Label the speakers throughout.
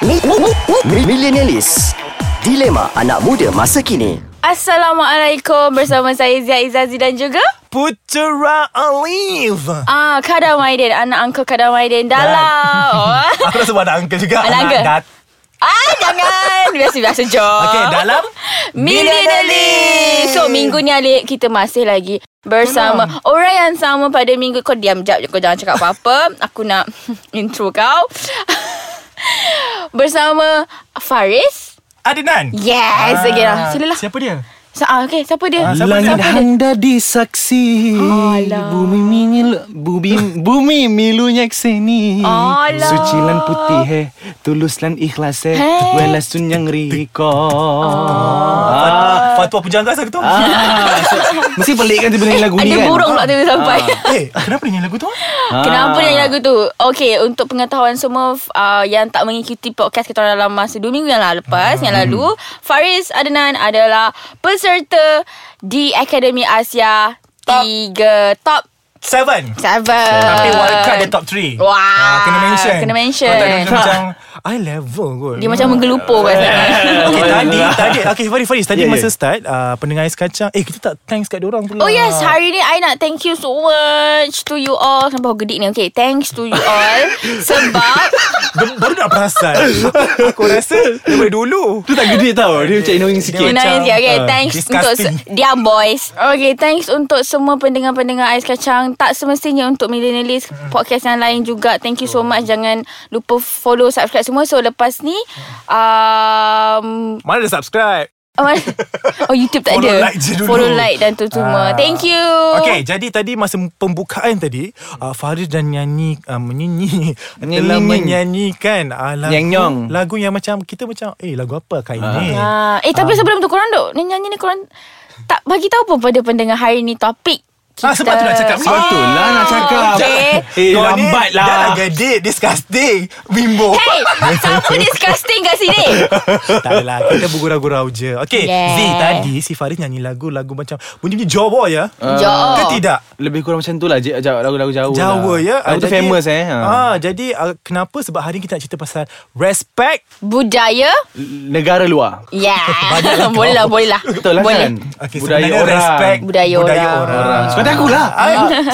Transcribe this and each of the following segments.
Speaker 1: Mi- mi- mi- mi- Millenialis Dilema anak muda masa kini
Speaker 2: Assalamualaikum bersama saya Zia Izazi dan juga
Speaker 3: Putera Olive.
Speaker 2: ah Kadar Maidin anak angka Kadar Maidin dalam. Oh.
Speaker 3: Aku rasa buat anak uncle juga.
Speaker 2: Anak uncle?
Speaker 3: dat-
Speaker 2: ah jangan biasa-biasa je.
Speaker 3: Okey, dalam
Speaker 2: Millenialis. So minggu ni Alik kita masih lagi bersama orang yang sama pada minggu kau diam jap je kau jangan cakap apa-apa. Aku nak intro kau. bersama Faris.
Speaker 3: Adnan.
Speaker 2: Yes, ah, again. lah. Silalah.
Speaker 3: Siapa dia?
Speaker 2: So, ah, okay, siapa dia?
Speaker 3: siapa dia?
Speaker 4: Langit
Speaker 2: Siapa dia?
Speaker 4: hangda disaksi
Speaker 2: Alah.
Speaker 4: Bumi mingil bumi, bumi milunya kesini
Speaker 2: Alah.
Speaker 4: Suci lan putih he Tulus lan ikhlas he
Speaker 2: Hey.
Speaker 4: Welas sunyang riko
Speaker 2: Oh.
Speaker 3: Ah. Fatwa pujangga saya tu.
Speaker 4: ah. ah. so, Mesti pelik kan tiba ni lagu
Speaker 2: Ada
Speaker 4: ni kan
Speaker 2: burung pula tiba sampai.
Speaker 3: Eh, kenapa dia nyanyi lagu tu?
Speaker 4: Ah.
Speaker 2: Kenapa nyanyi lagu tu? Okay, untuk pengetahuan semua f- uh, yang tak mengikuti podcast kita orang dalam masa 2 minggu yang lalu, lepas, yang lalu,
Speaker 4: Hmm.
Speaker 2: Faris Adnan adalah peserta di Akademi Asia
Speaker 3: Top.
Speaker 2: 3 top
Speaker 3: Seven.
Speaker 2: 7.
Speaker 3: Tapi wild card dia top three.
Speaker 2: Wah,
Speaker 3: Ah, kena mention.
Speaker 2: Ah. kena mention.
Speaker 3: Kalau tak dia macam, I level kot.
Speaker 2: Dia macam menggelupur kan? kat sana.
Speaker 3: Okay, tadi, tadi, okay, Faris, Faris, tadi
Speaker 4: Ya, ya.
Speaker 3: masa start, uh, pendengar Ais Kacang, eh, kita tak thanks kat diorang pula.
Speaker 2: Oh yes, hari ni I nak thank you so much to you all. Sampai aku gedik ni. Okay, thanks to you all. sebab
Speaker 3: Dia Baru nak perasan. Aku rasa, daripada dulu.
Speaker 4: Tu tak gede tau Dia macam annoying sikit
Speaker 2: Okay, nice.
Speaker 3: macam,
Speaker 2: Okay,
Speaker 3: uh,
Speaker 2: thanks untuk
Speaker 3: disgusting.
Speaker 2: se- Diam boys Okay, thanks untuk semua pendengar-pendengar Ais Kacang Tak semestinya untuk Millennialist Podcast yang lain juga Thank you so much Jangan lupa follow, subscribe semua So, lepas ni um,
Speaker 3: Mana dia subscribe?
Speaker 2: Oh, YouTube tak
Speaker 3: Follow
Speaker 2: ada
Speaker 3: like je dulu.
Speaker 2: Follow like dan tu semua
Speaker 3: Ah.
Speaker 2: Thank you
Speaker 4: Oh.
Speaker 3: Okay, jadi tadi masa pembukaan tadi, uh, Faris dan nyanyi uh, menyanyi telah
Speaker 4: Nyanyi.
Speaker 3: menyanyanyikan uh, lagu
Speaker 4: Nyang-nyong.
Speaker 3: lagu yang macam kita macam eh lagu apa kah ini?
Speaker 2: Ah, Eh, tapi sebelum tu korang duk Ni nyanyi ni korang Tak bagi tahu pun pada pendengar hari ni topik kita.
Speaker 3: Ah, sebab tu nak cakap ni.
Speaker 4: Sebab tu lah
Speaker 2: Oh,
Speaker 4: nak cakap
Speaker 2: Okay.
Speaker 4: Eh
Speaker 3: Kau ni
Speaker 4: lambat
Speaker 3: Dah
Speaker 4: lah
Speaker 3: lah gedik, disgusting, bimbo.
Speaker 2: Hey, siapa disgusting kat sini?
Speaker 3: tak adalah, kita bergurau-gurau je. Okay,
Speaker 2: Yeah.
Speaker 3: Z tadi si Faris nyanyi lagu-lagu macam bunyi-bunyi Jawa ya?
Speaker 2: Jom.
Speaker 3: Ke tidak?
Speaker 4: Lebih kurang macam tu lah je- jauh- Lagu-lagu Ah. Jawa lah.
Speaker 3: Jawa ya
Speaker 4: Lagu tu
Speaker 3: Jadi-
Speaker 4: famous eh Ha.
Speaker 3: ah, Jadi ah, kenapa Sebab hari ni kita nak cerita pasal Respect
Speaker 2: Budaya
Speaker 4: Negara luar
Speaker 2: Yeah Boleh lah Boleh lah
Speaker 4: Betul lah
Speaker 2: boleh.
Speaker 4: kan
Speaker 3: okay, sebenarnya respect
Speaker 2: Budaya orang.
Speaker 4: orang. Suka hati aku lah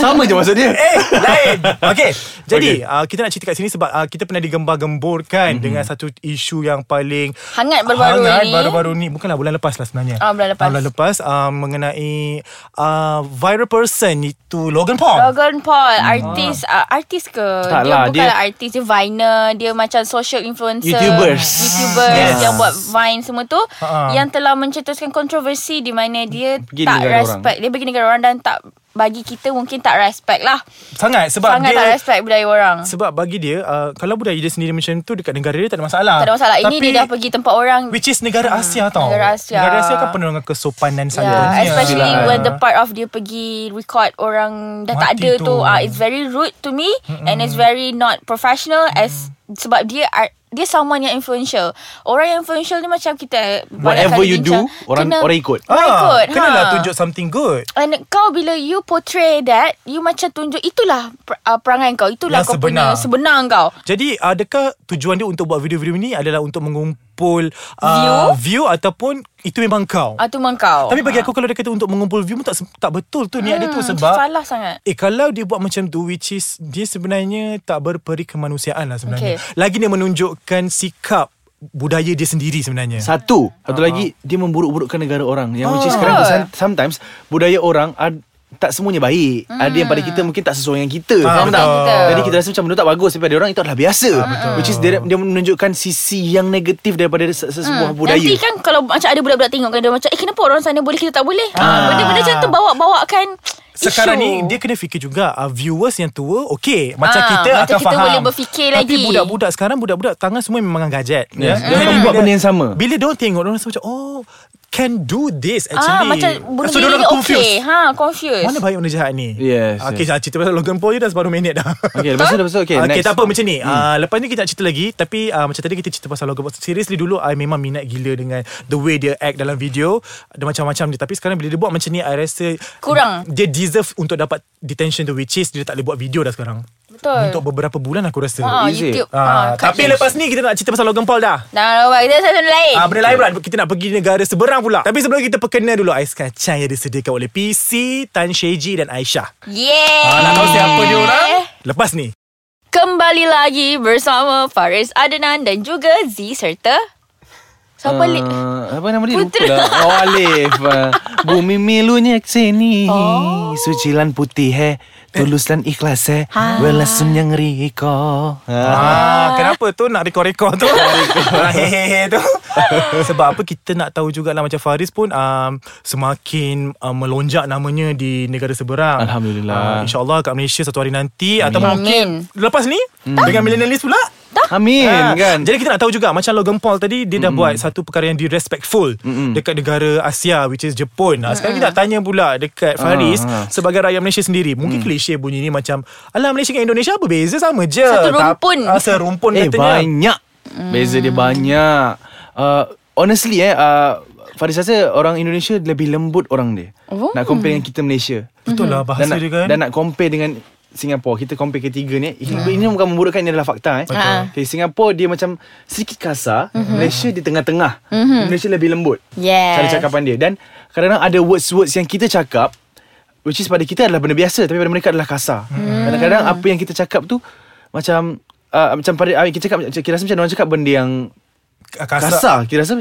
Speaker 4: Sama je maksud dia
Speaker 3: Ah. Eh, lain. Okay, jadi okay. Uh, kita nak cerita kat sini sebab uh, kita pernah digembar-gemborkan mm-hmm. dengan satu isu yang paling
Speaker 2: Hangat baru-baru
Speaker 3: hangat
Speaker 2: ini.
Speaker 3: baru-baru ni. Bukanlah bulan lepas lah sebenarnya.
Speaker 2: Ah, bulan lepas.
Speaker 3: bulan lepas uh, mengenai uh, viral person itu Logan Paul.
Speaker 2: Logan Paul Artis uh, Artis ke
Speaker 4: Hmm. Tak
Speaker 2: Dia
Speaker 4: lah,
Speaker 2: bukanlah
Speaker 4: dia-
Speaker 2: artis Dia viner Dia macam social influencer
Speaker 4: YouTubers.
Speaker 2: Youtubers yes.
Speaker 3: Yes.
Speaker 2: Yang buat Vine semua tu
Speaker 3: Ha-ha.
Speaker 2: Yang telah mencetuskan kontroversi Di mana dia
Speaker 4: Pergi
Speaker 2: Tak
Speaker 4: negara
Speaker 2: respect Dia pergi negara orang Dan tak Bagi kita mungkin tak respect lah
Speaker 3: Sangat sebab
Speaker 2: Sangat
Speaker 3: dia
Speaker 2: tak respect budaya orang
Speaker 3: sebab bagi dia uh, kalau budaya dia sendiri macam tu dekat negara dia tak ada masalah.
Speaker 2: Tak ada masalah Ini
Speaker 3: Tapi-
Speaker 2: dia dah pergi tempat orang
Speaker 3: Which is negara Asia tau
Speaker 2: negara Asia.
Speaker 3: Negara Asia kan penuh dengan kesopanan santunnya
Speaker 2: Yeah, especially
Speaker 4: Silakan.
Speaker 2: when the part of dia pergi record orang dah tak
Speaker 3: eh? Mati
Speaker 2: ada tu,
Speaker 3: tu.
Speaker 2: Ah, it's very rude to me mm-hmm. and it's very not professional mm-hmm. as sebab dia ar- dia someone yang influential. Orang yang influential ni macam kita eh, banyak
Speaker 4: Whatever
Speaker 2: kali
Speaker 4: you do,
Speaker 2: bincang,
Speaker 4: orang- orang ikut.
Speaker 2: Orang ikut.
Speaker 3: Kena lah
Speaker 2: ha.
Speaker 3: tunjuk something good
Speaker 2: And kau bila you portray that, you macam tunjuk itulah per, uh, perangai kau, itulah
Speaker 3: Yang
Speaker 2: kau
Speaker 3: sebenar.
Speaker 2: punya sebenar kau.
Speaker 3: Jadi adakah tujuan dia untuk buat video-video ni adalah untuk mengumpul
Speaker 2: View?
Speaker 3: uh, view ataupun itu memang kau?
Speaker 2: Ah tu memang kau. Ah, hmm,
Speaker 3: Tapi bagi aku kalau dia kata untuk mengumpul view pun tak se- tak betul tu niat dia tu sebab
Speaker 2: salah sangat.
Speaker 3: Eh kalau dia buat macam tu Which is Dia sebenarnya Tak berperi kemanusiaan lah
Speaker 2: Okay.
Speaker 3: sebenarnya okay. Lagi dia menunjukkan sikap Budaya dia sendiri sebenarnya
Speaker 4: Satu Satu
Speaker 3: Ah.
Speaker 4: lagi Dia memburuk-burukkan negara orang Yang which is sekarang
Speaker 2: Betul.
Speaker 4: some- Sometimes Budaya orang ad, Tak semuanya baik Ada yang pada kita Mungkin tak sesuai dengan kita
Speaker 3: Hmm. Ah,
Speaker 4: Faham tak?
Speaker 2: betul.
Speaker 4: Jadi kita rasa macam Benda tak bagus Tapi pada orang itu adalah biasa Which is dia, dia menunjukkan Sisi yang negatif Daripada se- se-
Speaker 3: Hmm.
Speaker 4: sebuah budaya
Speaker 2: Nanti kan kalau macam ada budak-budak tengok kan dia macam eh kenapa orang sana boleh kita tak boleh? Ah. Benda-benda macam tu bawa-bawakan
Speaker 3: Sekarang
Speaker 2: isu.
Speaker 3: ni Dia kena fikir juga uh, Viewers yang tua Okay Macam
Speaker 2: Ah,
Speaker 3: kita
Speaker 2: macam
Speaker 3: akan
Speaker 2: kita
Speaker 3: faham
Speaker 2: boleh berfikir
Speaker 3: Tapi
Speaker 2: lagi.
Speaker 3: Tapi budak-budak sekarang Budak-budak tangan semua memang gadget
Speaker 4: Yes. Dia orang buat benda yang sama.
Speaker 3: Bila dia tengok Dia rasa macam Oh Can do this
Speaker 2: ah
Speaker 3: actually
Speaker 2: macam bunuh
Speaker 3: So,
Speaker 2: diri
Speaker 3: diorang confused.
Speaker 2: okey. Ha confused.
Speaker 3: Mana baik mana jahat ni
Speaker 4: Yes,
Speaker 3: Okay yes. cerita pasal Logan Paul je dah Separuh minit dah
Speaker 4: Okay lepas tu, lepas tu Okay,
Speaker 3: Okay, okay
Speaker 4: next
Speaker 3: tak apa macam ni hmm. uh, Lepas ni kita nak cerita lagi Tapi uh, macam tadi kita cerita pasal Logan Paul Seriously dulu I memang minat gila dengan The way dia act dalam video Dia macam-macam dia Tapi sekarang bila dia buat macam ni I rasa
Speaker 2: Kurang.
Speaker 3: Dia deserve untuk dapat detention tu Which is dia tak boleh buat video dah sekarang
Speaker 2: Betul.
Speaker 3: Untuk beberapa bulan aku rasa
Speaker 2: Ah,
Speaker 4: Is it?
Speaker 2: YouTube.
Speaker 3: Ah,
Speaker 2: kat
Speaker 3: tapi
Speaker 2: YouTube.
Speaker 3: lepas ni kita nak cerita pasal Logan Paul dah.
Speaker 2: Dah lawak kita satu lain.
Speaker 3: Ah, benda lain pula Kita nak pergi negara seberang pula Tapi sebelum kita perkenal dulu Ais kacang yang disediakan oleh PC Tan Sheji dan Aisyah
Speaker 2: Yeah.
Speaker 3: ah, Nak tahu siapa dia orang
Speaker 2: Eh.
Speaker 3: Lepas ni
Speaker 2: Kembali lagi bersama Faris Adnan dan juga Z serta Siapa uh, li-
Speaker 4: Uh, apa nama dia?
Speaker 2: Putera.
Speaker 4: Lupa lah. Oh, Alif. Uh, bumi milunya sini.
Speaker 2: Oh.
Speaker 4: Oh. Sucilan putih hai. Tulus dan ikhlas hai. Welasum yang riko. Ha.
Speaker 3: Ah, kenapa tu nak rekod-rekod tu? Ah, Hehehe tu. Sebab apa kita nak tahu jugalah macam Faris pun um, semakin um, melonjak namanya di negara seberang. Ah,
Speaker 4: Alhamdulillah.
Speaker 3: InsyaAllah kat Malaysia satu hari nanti atau mungkin lepas ni dengan millennialist pula.
Speaker 4: Amin
Speaker 3: Ah,
Speaker 4: kan?
Speaker 3: Jadi kita nak tahu juga Macam Logan Paul tadi Dia dah buat satu perkara yang Direspectful Dekat negara Asia Which is Jepun Ah, Sekarang kita nak tanya pula Dekat Faris
Speaker 4: ah. Mm.
Speaker 3: Sebagai rakyat Malaysia sendiri Mungkin klise bunyi ni macam Alah Malaysia dengan Indonesia Apa beza sama je
Speaker 2: Satu
Speaker 3: Tap-
Speaker 2: rumpun.
Speaker 3: ah, Serumpun
Speaker 4: Eh
Speaker 3: katanya
Speaker 4: banyak Beza dia banyak uh, Honestly eh uh, Faris rasa orang Indonesia lebih lembut orang dia
Speaker 2: Oh.
Speaker 4: Nak compare dengan kita Malaysia
Speaker 3: Betul lah bahasa
Speaker 4: dan nak,
Speaker 3: dia kan
Speaker 4: Dan nak compare dengan Singapura Kita compare ketiga ni hmm. Ini bukan memburukkan Ini adalah fakta eh.
Speaker 2: Betul.
Speaker 4: Okay, Singapura dia macam Sedikit kasar
Speaker 3: Mhm.
Speaker 4: mm-hmm. Malaysia di tengah-tengah mm-hmm. Malaysia lebih lembut
Speaker 2: Yes.
Speaker 4: Cara cakapan dia Dan kadang-kadang ada words-words Yang kita cakap Which is pada kita adalah benda biasa Tapi pada mereka adalah kasar mm. Kadang-kadang apa yang kita cakap tu Macam uh, Macam pada ah, Kita cakap Kita rasa macam orang cakap Benda yang
Speaker 3: Ah,
Speaker 4: kasar, kasar. Kita rasa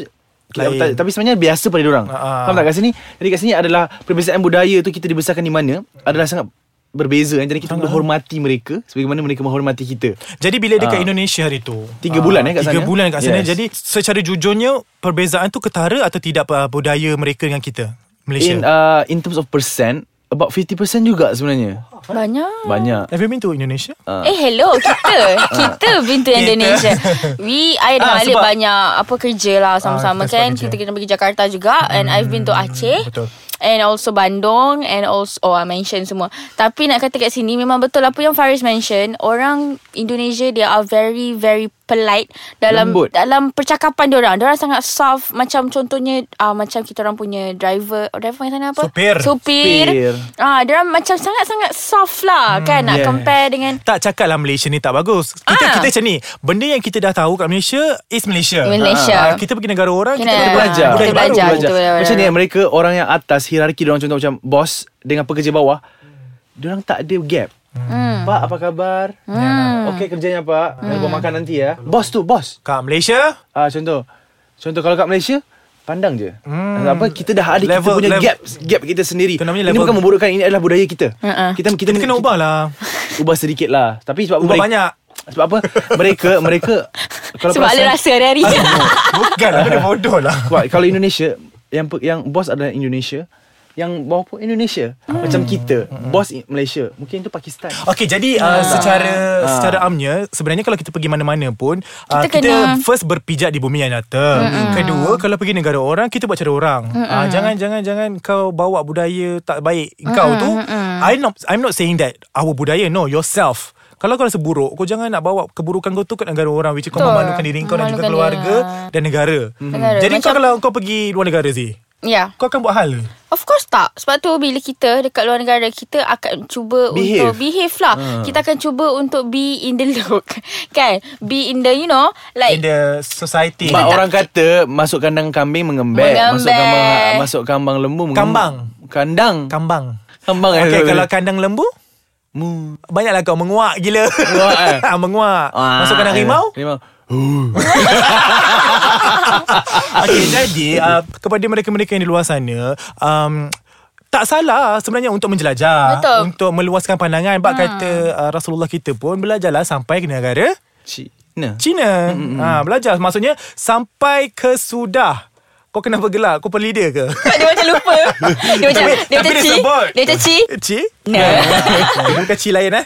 Speaker 4: kita,
Speaker 3: Lain.
Speaker 4: ta- tapi sebenarnya biasa pada orang.
Speaker 3: Ah, ah.
Speaker 4: Faham tak kat sini? Jadi kat sini adalah perbezaan budaya tu kita dibesarkan di mana adalah sangat berbeza kan. Jadi kita perlu hormati mereka sebagaimana mereka menghormati kita.
Speaker 3: Jadi bila dekat
Speaker 4: Ah.
Speaker 3: Indonesia hari tu
Speaker 4: Tiga
Speaker 3: ah,
Speaker 4: bulan, eh, kat
Speaker 3: Tiga
Speaker 4: sana.
Speaker 3: bulan kat sana
Speaker 4: Yes.
Speaker 3: Jadi secara jujurnya Perbezaan tu ketara Atau tidak ah, budaya mereka dengan kita Malaysia
Speaker 4: In uh, in terms of percent about 50% juga sebenarnya.
Speaker 2: Banyak
Speaker 4: Banyak.
Speaker 3: Have you been to Indonesia?
Speaker 2: Eh hello kita Kita pintu Indonesia We I dan
Speaker 3: Ah,
Speaker 2: Alif
Speaker 3: sebab-
Speaker 2: banyak Apa kerja lah Sama-sama
Speaker 3: Ah, kita
Speaker 2: kan
Speaker 3: sebab kerja.
Speaker 2: Kita kena pergi Jakarta juga And I've been to Aceh
Speaker 3: betul.
Speaker 2: And also Bandung And also Oh I mention semua Tapi nak kata kat sini Memang betul apa yang Faris mention Orang Indonesia They are very very polite Dalam
Speaker 4: Lembut.
Speaker 2: Dalam percakapan diorang Diorang sangat soft Macam contohnya uh, Macam kita orang punya driver oh, Driver panggil sana apa?
Speaker 3: Sopir.
Speaker 2: Supir
Speaker 4: Supir.
Speaker 2: Ah, Diorang macam sangat-sangat soft lah Kan nak
Speaker 4: yes.
Speaker 2: compare dengan
Speaker 3: Tak cakap lah Malaysia ni tak bagus Kita
Speaker 2: Ah.
Speaker 3: kita macam ni Benda yang kita dah tahu kat Malaysia Is Malaysia
Speaker 2: Malaysia.
Speaker 3: Ah, Kita pergi negara orang
Speaker 2: Kena-
Speaker 3: Kita
Speaker 4: Ah, Kita
Speaker 3: dapat
Speaker 4: belajar
Speaker 2: Kita
Speaker 3: budaya
Speaker 2: belajar,
Speaker 3: baru.
Speaker 2: kita belajar.
Speaker 4: Macam ni mereka orang yang atas Hierarki orang contoh macam Bos dengan pekerja bawah Diorang tak ada gap hmm. Pak apa khabar hmm. Okey kerjanya pak hmm. Nak makan nanti ya Bos tu bos
Speaker 3: Kat Malaysia
Speaker 4: Ah contoh. Contoh kalau kat Malaysia pandang je. Hmm. Apa kita dah ada
Speaker 3: Level-
Speaker 4: kita punya
Speaker 3: level-
Speaker 4: gap gap kita sendiri.
Speaker 3: Itu namanya
Speaker 4: ini
Speaker 3: level-
Speaker 4: bukan memburukkan ini adalah budaya kita.
Speaker 2: Ha-ha.
Speaker 4: Kita kita,
Speaker 3: Kita kena ubah lah
Speaker 4: ubah sedikit lah. Tapi sebab
Speaker 3: Ubah
Speaker 4: mereka,
Speaker 3: banyak
Speaker 4: Sebab apa? Mereka mereka kalau
Speaker 2: Sebab ada rasa hari-hari
Speaker 3: Ah. Bukan lah Benda bodoh lah
Speaker 4: sebab kalau Indonesia yang pe- yang bos adalah Indonesia, yang bawah pun Indonesia. Macam kita, bos I- Malaysia. Mungkin itu Pakistan.
Speaker 3: Hmm. Okay jadi uh, secara secara amnya sebenarnya kalau kita pergi mana-mana pun uh,
Speaker 2: Ha. Kita
Speaker 3: kita,
Speaker 2: kena- Ha.
Speaker 3: first berpijak di bumi yang nyata. Kedua kalau pergi negara orang kita buat cara orang. Uh, jangan jangan jangan kau bawa budaya tak baik kau tu. I not I'm not saying that our budaya no yourself. Kalau kau rasa buruk Kau jangan nak bawa Keburukan kau tu Ke negara orang Which is kau
Speaker 2: Betul.
Speaker 3: memalukan diri kau Dan juga
Speaker 2: Memalukan
Speaker 3: keluarga
Speaker 2: dia.
Speaker 3: Dan negara,
Speaker 2: Negara.
Speaker 3: Hmm. Jadi kau
Speaker 2: Macam-
Speaker 3: kalau kau pergi Luar negara Zee
Speaker 2: Ya
Speaker 3: Kau akan buat hal ke?
Speaker 2: Of course tak Sebab tu bila kita Dekat luar negara Kita akan cuba
Speaker 4: Behave.
Speaker 2: Untuk behave lah
Speaker 3: Ah.
Speaker 2: Kita akan cuba Untuk be in the look Kan Be in the you know
Speaker 3: In
Speaker 2: Like
Speaker 3: the society
Speaker 4: Sebab orang kata masuk kandang kambing mengembek, masuk
Speaker 2: Mengembek.
Speaker 4: kambang ha, masuk kambang lembu mengembek.
Speaker 3: Kambang.
Speaker 4: Kandang.
Speaker 3: Kambang
Speaker 4: Kambang.
Speaker 3: Okay kalau kandang lembu
Speaker 4: mu
Speaker 3: Banyaklah kau menguak gila
Speaker 4: Menguak, eh?
Speaker 3: Ah, Menguak
Speaker 4: Ah,
Speaker 3: Masukkan
Speaker 4: eh,
Speaker 3: harimau
Speaker 4: Harimau. Ah.
Speaker 3: Okay jadi uh, Kepada mereka-mereka yang di luar sana um, tak salah sebenarnya untuk menjelajah
Speaker 2: Betul. Hmm.
Speaker 3: Untuk meluaskan pandangan Bak kata uh, Rasulullah kita pun Belajarlah sampai ke negara
Speaker 4: Cina.
Speaker 3: Cina ha, Belajar maksudnya Sampai ke sudah Kau kena bergelar Kau perli dia ke?
Speaker 2: Sebab dia macam lupa Dia macam
Speaker 3: Tapi-
Speaker 2: Dia macam
Speaker 3: tapi dia
Speaker 2: ci
Speaker 3: sebut.
Speaker 2: Dia macam ci
Speaker 3: Cik?
Speaker 2: Nah
Speaker 3: Dia bukan cik lain eh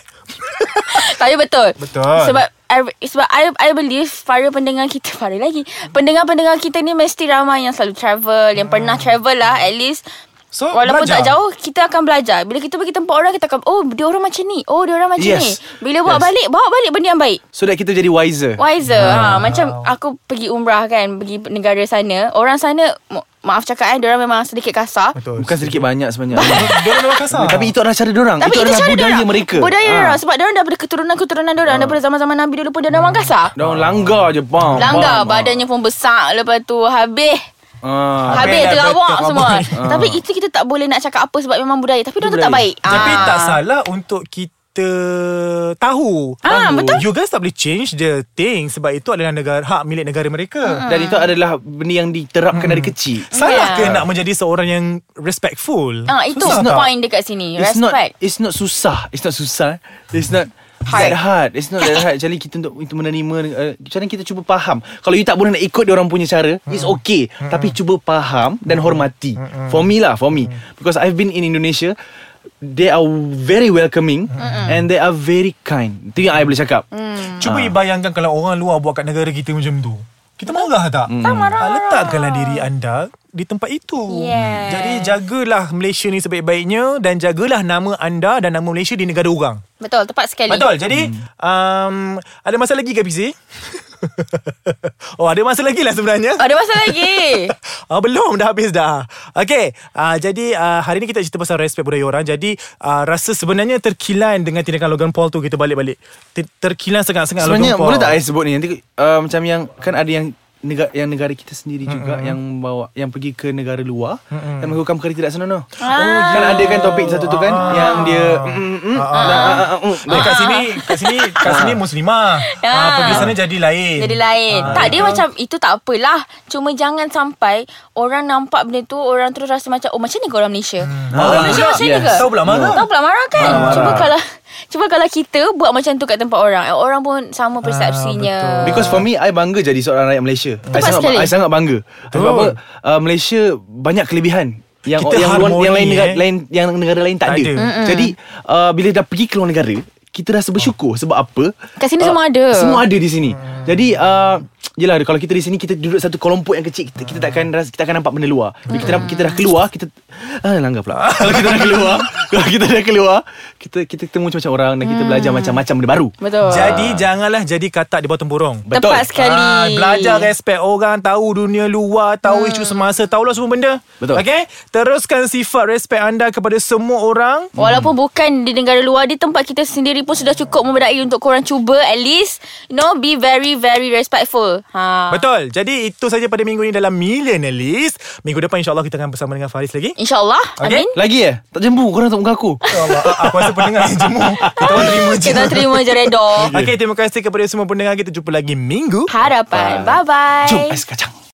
Speaker 2: Tapi betul
Speaker 3: Betul.
Speaker 2: Sebab I, sebab I, I believe Para pendengar kita Para lagi Pendengar-pendengar kita ni Mesti ramai yang selalu travel Yang pernah travel lah At least
Speaker 3: So,
Speaker 2: Walaupun
Speaker 3: Oh, belajar.
Speaker 2: tak jauh Kita akan belajar Bila kita pergi tempat orang Kita akan Oh dia orang macam ni Oh dia orang macam
Speaker 4: Yes.
Speaker 2: ni Bila bawa
Speaker 4: Yes.
Speaker 2: balik Bawa balik benda yang baik
Speaker 4: So that kita jadi wiser.
Speaker 2: Wiser ha, Macam aku pergi umrah kan Pergi negara sana Orang sana mo- maaf cakap eh, diorang memang sedikit kasar.
Speaker 3: Betul.
Speaker 4: Bukan sedikit banyak sebenarnya
Speaker 3: Dia orang memang kasar.
Speaker 4: Tapi itu adalah cara diorang
Speaker 2: Tapi
Speaker 4: Itu
Speaker 2: itu,
Speaker 4: adalah
Speaker 2: cara
Speaker 4: budaya
Speaker 2: diorang.
Speaker 4: mereka Ah.
Speaker 2: Budaya ha. diorang sebab diorang daripada keturunan-keturunan diorang daripada zaman-zaman Nabi dulu pun diorang memang kasar.
Speaker 4: Diorang langgar je bam,
Speaker 2: Langgar
Speaker 4: bam,
Speaker 2: badannya pun besar Lepas tu habis
Speaker 4: ah.
Speaker 2: Habis
Speaker 3: dah
Speaker 2: terawak
Speaker 3: betul,
Speaker 2: semua
Speaker 3: kabut.
Speaker 2: Tapi itu kita tak boleh nak cakap apa Sebab memang budaya Tapi mereka tak
Speaker 4: budaya.
Speaker 2: baik
Speaker 3: Tapi
Speaker 2: Ah.
Speaker 3: tak salah untuk kita tahu.
Speaker 2: Ah,
Speaker 3: Tahu.
Speaker 2: betul.
Speaker 3: You guys tak boleh change the thing sebab itu adalah negara hak milik negara
Speaker 2: Ha.
Speaker 3: mereka.
Speaker 4: Dan itu adalah benda yang
Speaker 3: Hmm.
Speaker 4: diterapkan dari kecil
Speaker 3: Salah
Speaker 2: Yeah.
Speaker 3: ke nak menjadi seorang yang respectful?
Speaker 2: Ah, Itu
Speaker 3: Susah tak?
Speaker 2: point dekat sini
Speaker 4: It's
Speaker 2: Respect
Speaker 4: not It's not susah It's not susah eh? It's not hard. that hard It's not that hard Jadi kita untuk, untuk menerima uh, Macam mana kita cuba faham Kalau you tak boleh nak ikut Diorang punya cara It's okay Tapi cuba faham Dan hormati For me lah For me Because I've been in Indonesia They are very welcoming And they are very kind Itu yang I boleh cakap
Speaker 3: Cuba you bayangkan kalau orang luar buat kat negara kita macam tu. Kita marah tak?
Speaker 2: Tak marah.
Speaker 3: Ah, Letakkanlah diri anda di tempat itu.
Speaker 2: Yes.
Speaker 3: Jadi jagalah Malaysia ni sebaik-baiknya dan jagalah nama anda dan nama Malaysia di negara orang.
Speaker 2: Betul tepat sekali
Speaker 3: Betul. Jadi um, ada masa lagi ke PZ? oh, ada masa lagi lah sebenarnya.
Speaker 2: Ah, Ada masa lagi
Speaker 3: Uh, belum dah habis dah Okay uh, Jadi uh, hari ni kita cerita pasal respect budaya orang Jadi uh, rasa sebenarnya terkilan dengan tindakan Logan Paul tu Kita balik-balik Ter- Terkilan sangat-sangat Logan
Speaker 4: Sebenarnya
Speaker 3: Paul
Speaker 4: boleh tak saya sebut ni nanti uh, macam yang kan ada yang negara yang negara kita sendiri juga yang bawa yang pergi ke negara luar mm-hmm. dan melakukan perkara tidak senonoh. Oh, kan ada kan topik satu tu kan
Speaker 3: Ah.
Speaker 4: yang dia
Speaker 3: Ah. Nah,
Speaker 4: lah.
Speaker 3: kat sini kat sini kat sini muslimah.
Speaker 2: Ya.
Speaker 3: Ah pergi sana jadi lain.
Speaker 2: Jadi lain
Speaker 3: Ah,
Speaker 2: Tak dia macam Itu tak apalah Cuma jangan sampai Orang nampak benda tu Orang terus rasa macam Oh macam ni ke orang Malaysia Orang Malaysia
Speaker 3: pula.
Speaker 2: macam ni ke
Speaker 4: Yes.
Speaker 3: Hmm. Ah, ya. Tahu pula marah.
Speaker 2: Tahu pula marah kan
Speaker 4: Marah,
Speaker 2: Cuba
Speaker 4: marah.
Speaker 2: kalau Cuba kalau kita Buat macam tu kat tempat orang eh, Orang pun sama persepsinya
Speaker 3: Ah, betul.
Speaker 4: Because for me I bangga jadi seorang rakyat Malaysia. I sangat
Speaker 2: sekali.
Speaker 4: I sangat bangga. Sebab apa?
Speaker 3: Betul.
Speaker 4: Uh, Malaysia banyak kelebihan yang
Speaker 3: Kita
Speaker 4: yang, luar-
Speaker 3: harmoni,
Speaker 4: yang lain negara
Speaker 3: eh.
Speaker 4: lain yang negara lain
Speaker 3: Tak
Speaker 4: tak, ada.
Speaker 3: ada. Mm-mm.
Speaker 4: Jadi uh, bila dah pergi keluar negara kita rasa bersyukur sebab apa? Uh,
Speaker 2: Kat sini semua ada.
Speaker 4: Semua ada di sini. Jadi uh, Yelah kalau kita di sini Kita duduk satu kelompok yang kecil Kita, kita takkan rasa, Kita akan nampak benda luar Bila kita, nampak, kita dah keluar Kita ah, Langgar pula Kalau kita dah keluar Kalau kita dah keluar Kita kita ketemu macam-macam orang Dan
Speaker 2: Mm.
Speaker 4: kita belajar macam-macam benda baru
Speaker 2: Betul
Speaker 3: Jadi janganlah jadi katak di bottom burung.
Speaker 4: Betul.
Speaker 2: Tepat sekali
Speaker 3: Ah, belajar respect orang, tahu dunia luar, tahu hmm. isu semasa, tahulah semua benda.
Speaker 4: Betul.
Speaker 3: Okay? Teruskan sifat respect anda kepada semua orang.
Speaker 2: Hmm. Walaupun bukan di negara luar Di tempat kita sendiri pun Sudah cukup membedai Untuk korang cuba At least You know Be very very respectful ha.
Speaker 3: Betul. Jadi itu saja pada minggu ni dalam Millenialist. Minggu depan insyaAllah kita akan bersama dengan Faris lagi.
Speaker 2: InsyaAllah
Speaker 3: Okay.
Speaker 2: Amin
Speaker 4: Lagi eh Tak jembu Korang tak muka aku
Speaker 3: Allah, Ah, aku rasa pendengar yang jemu. Kita orang terima je.
Speaker 2: Kita terima je redo
Speaker 3: Okay, terima kasih kepada semua pendengar. Kita jumpa lagi minggu.
Speaker 2: Harapan Bye bye
Speaker 4: Jom ais kacang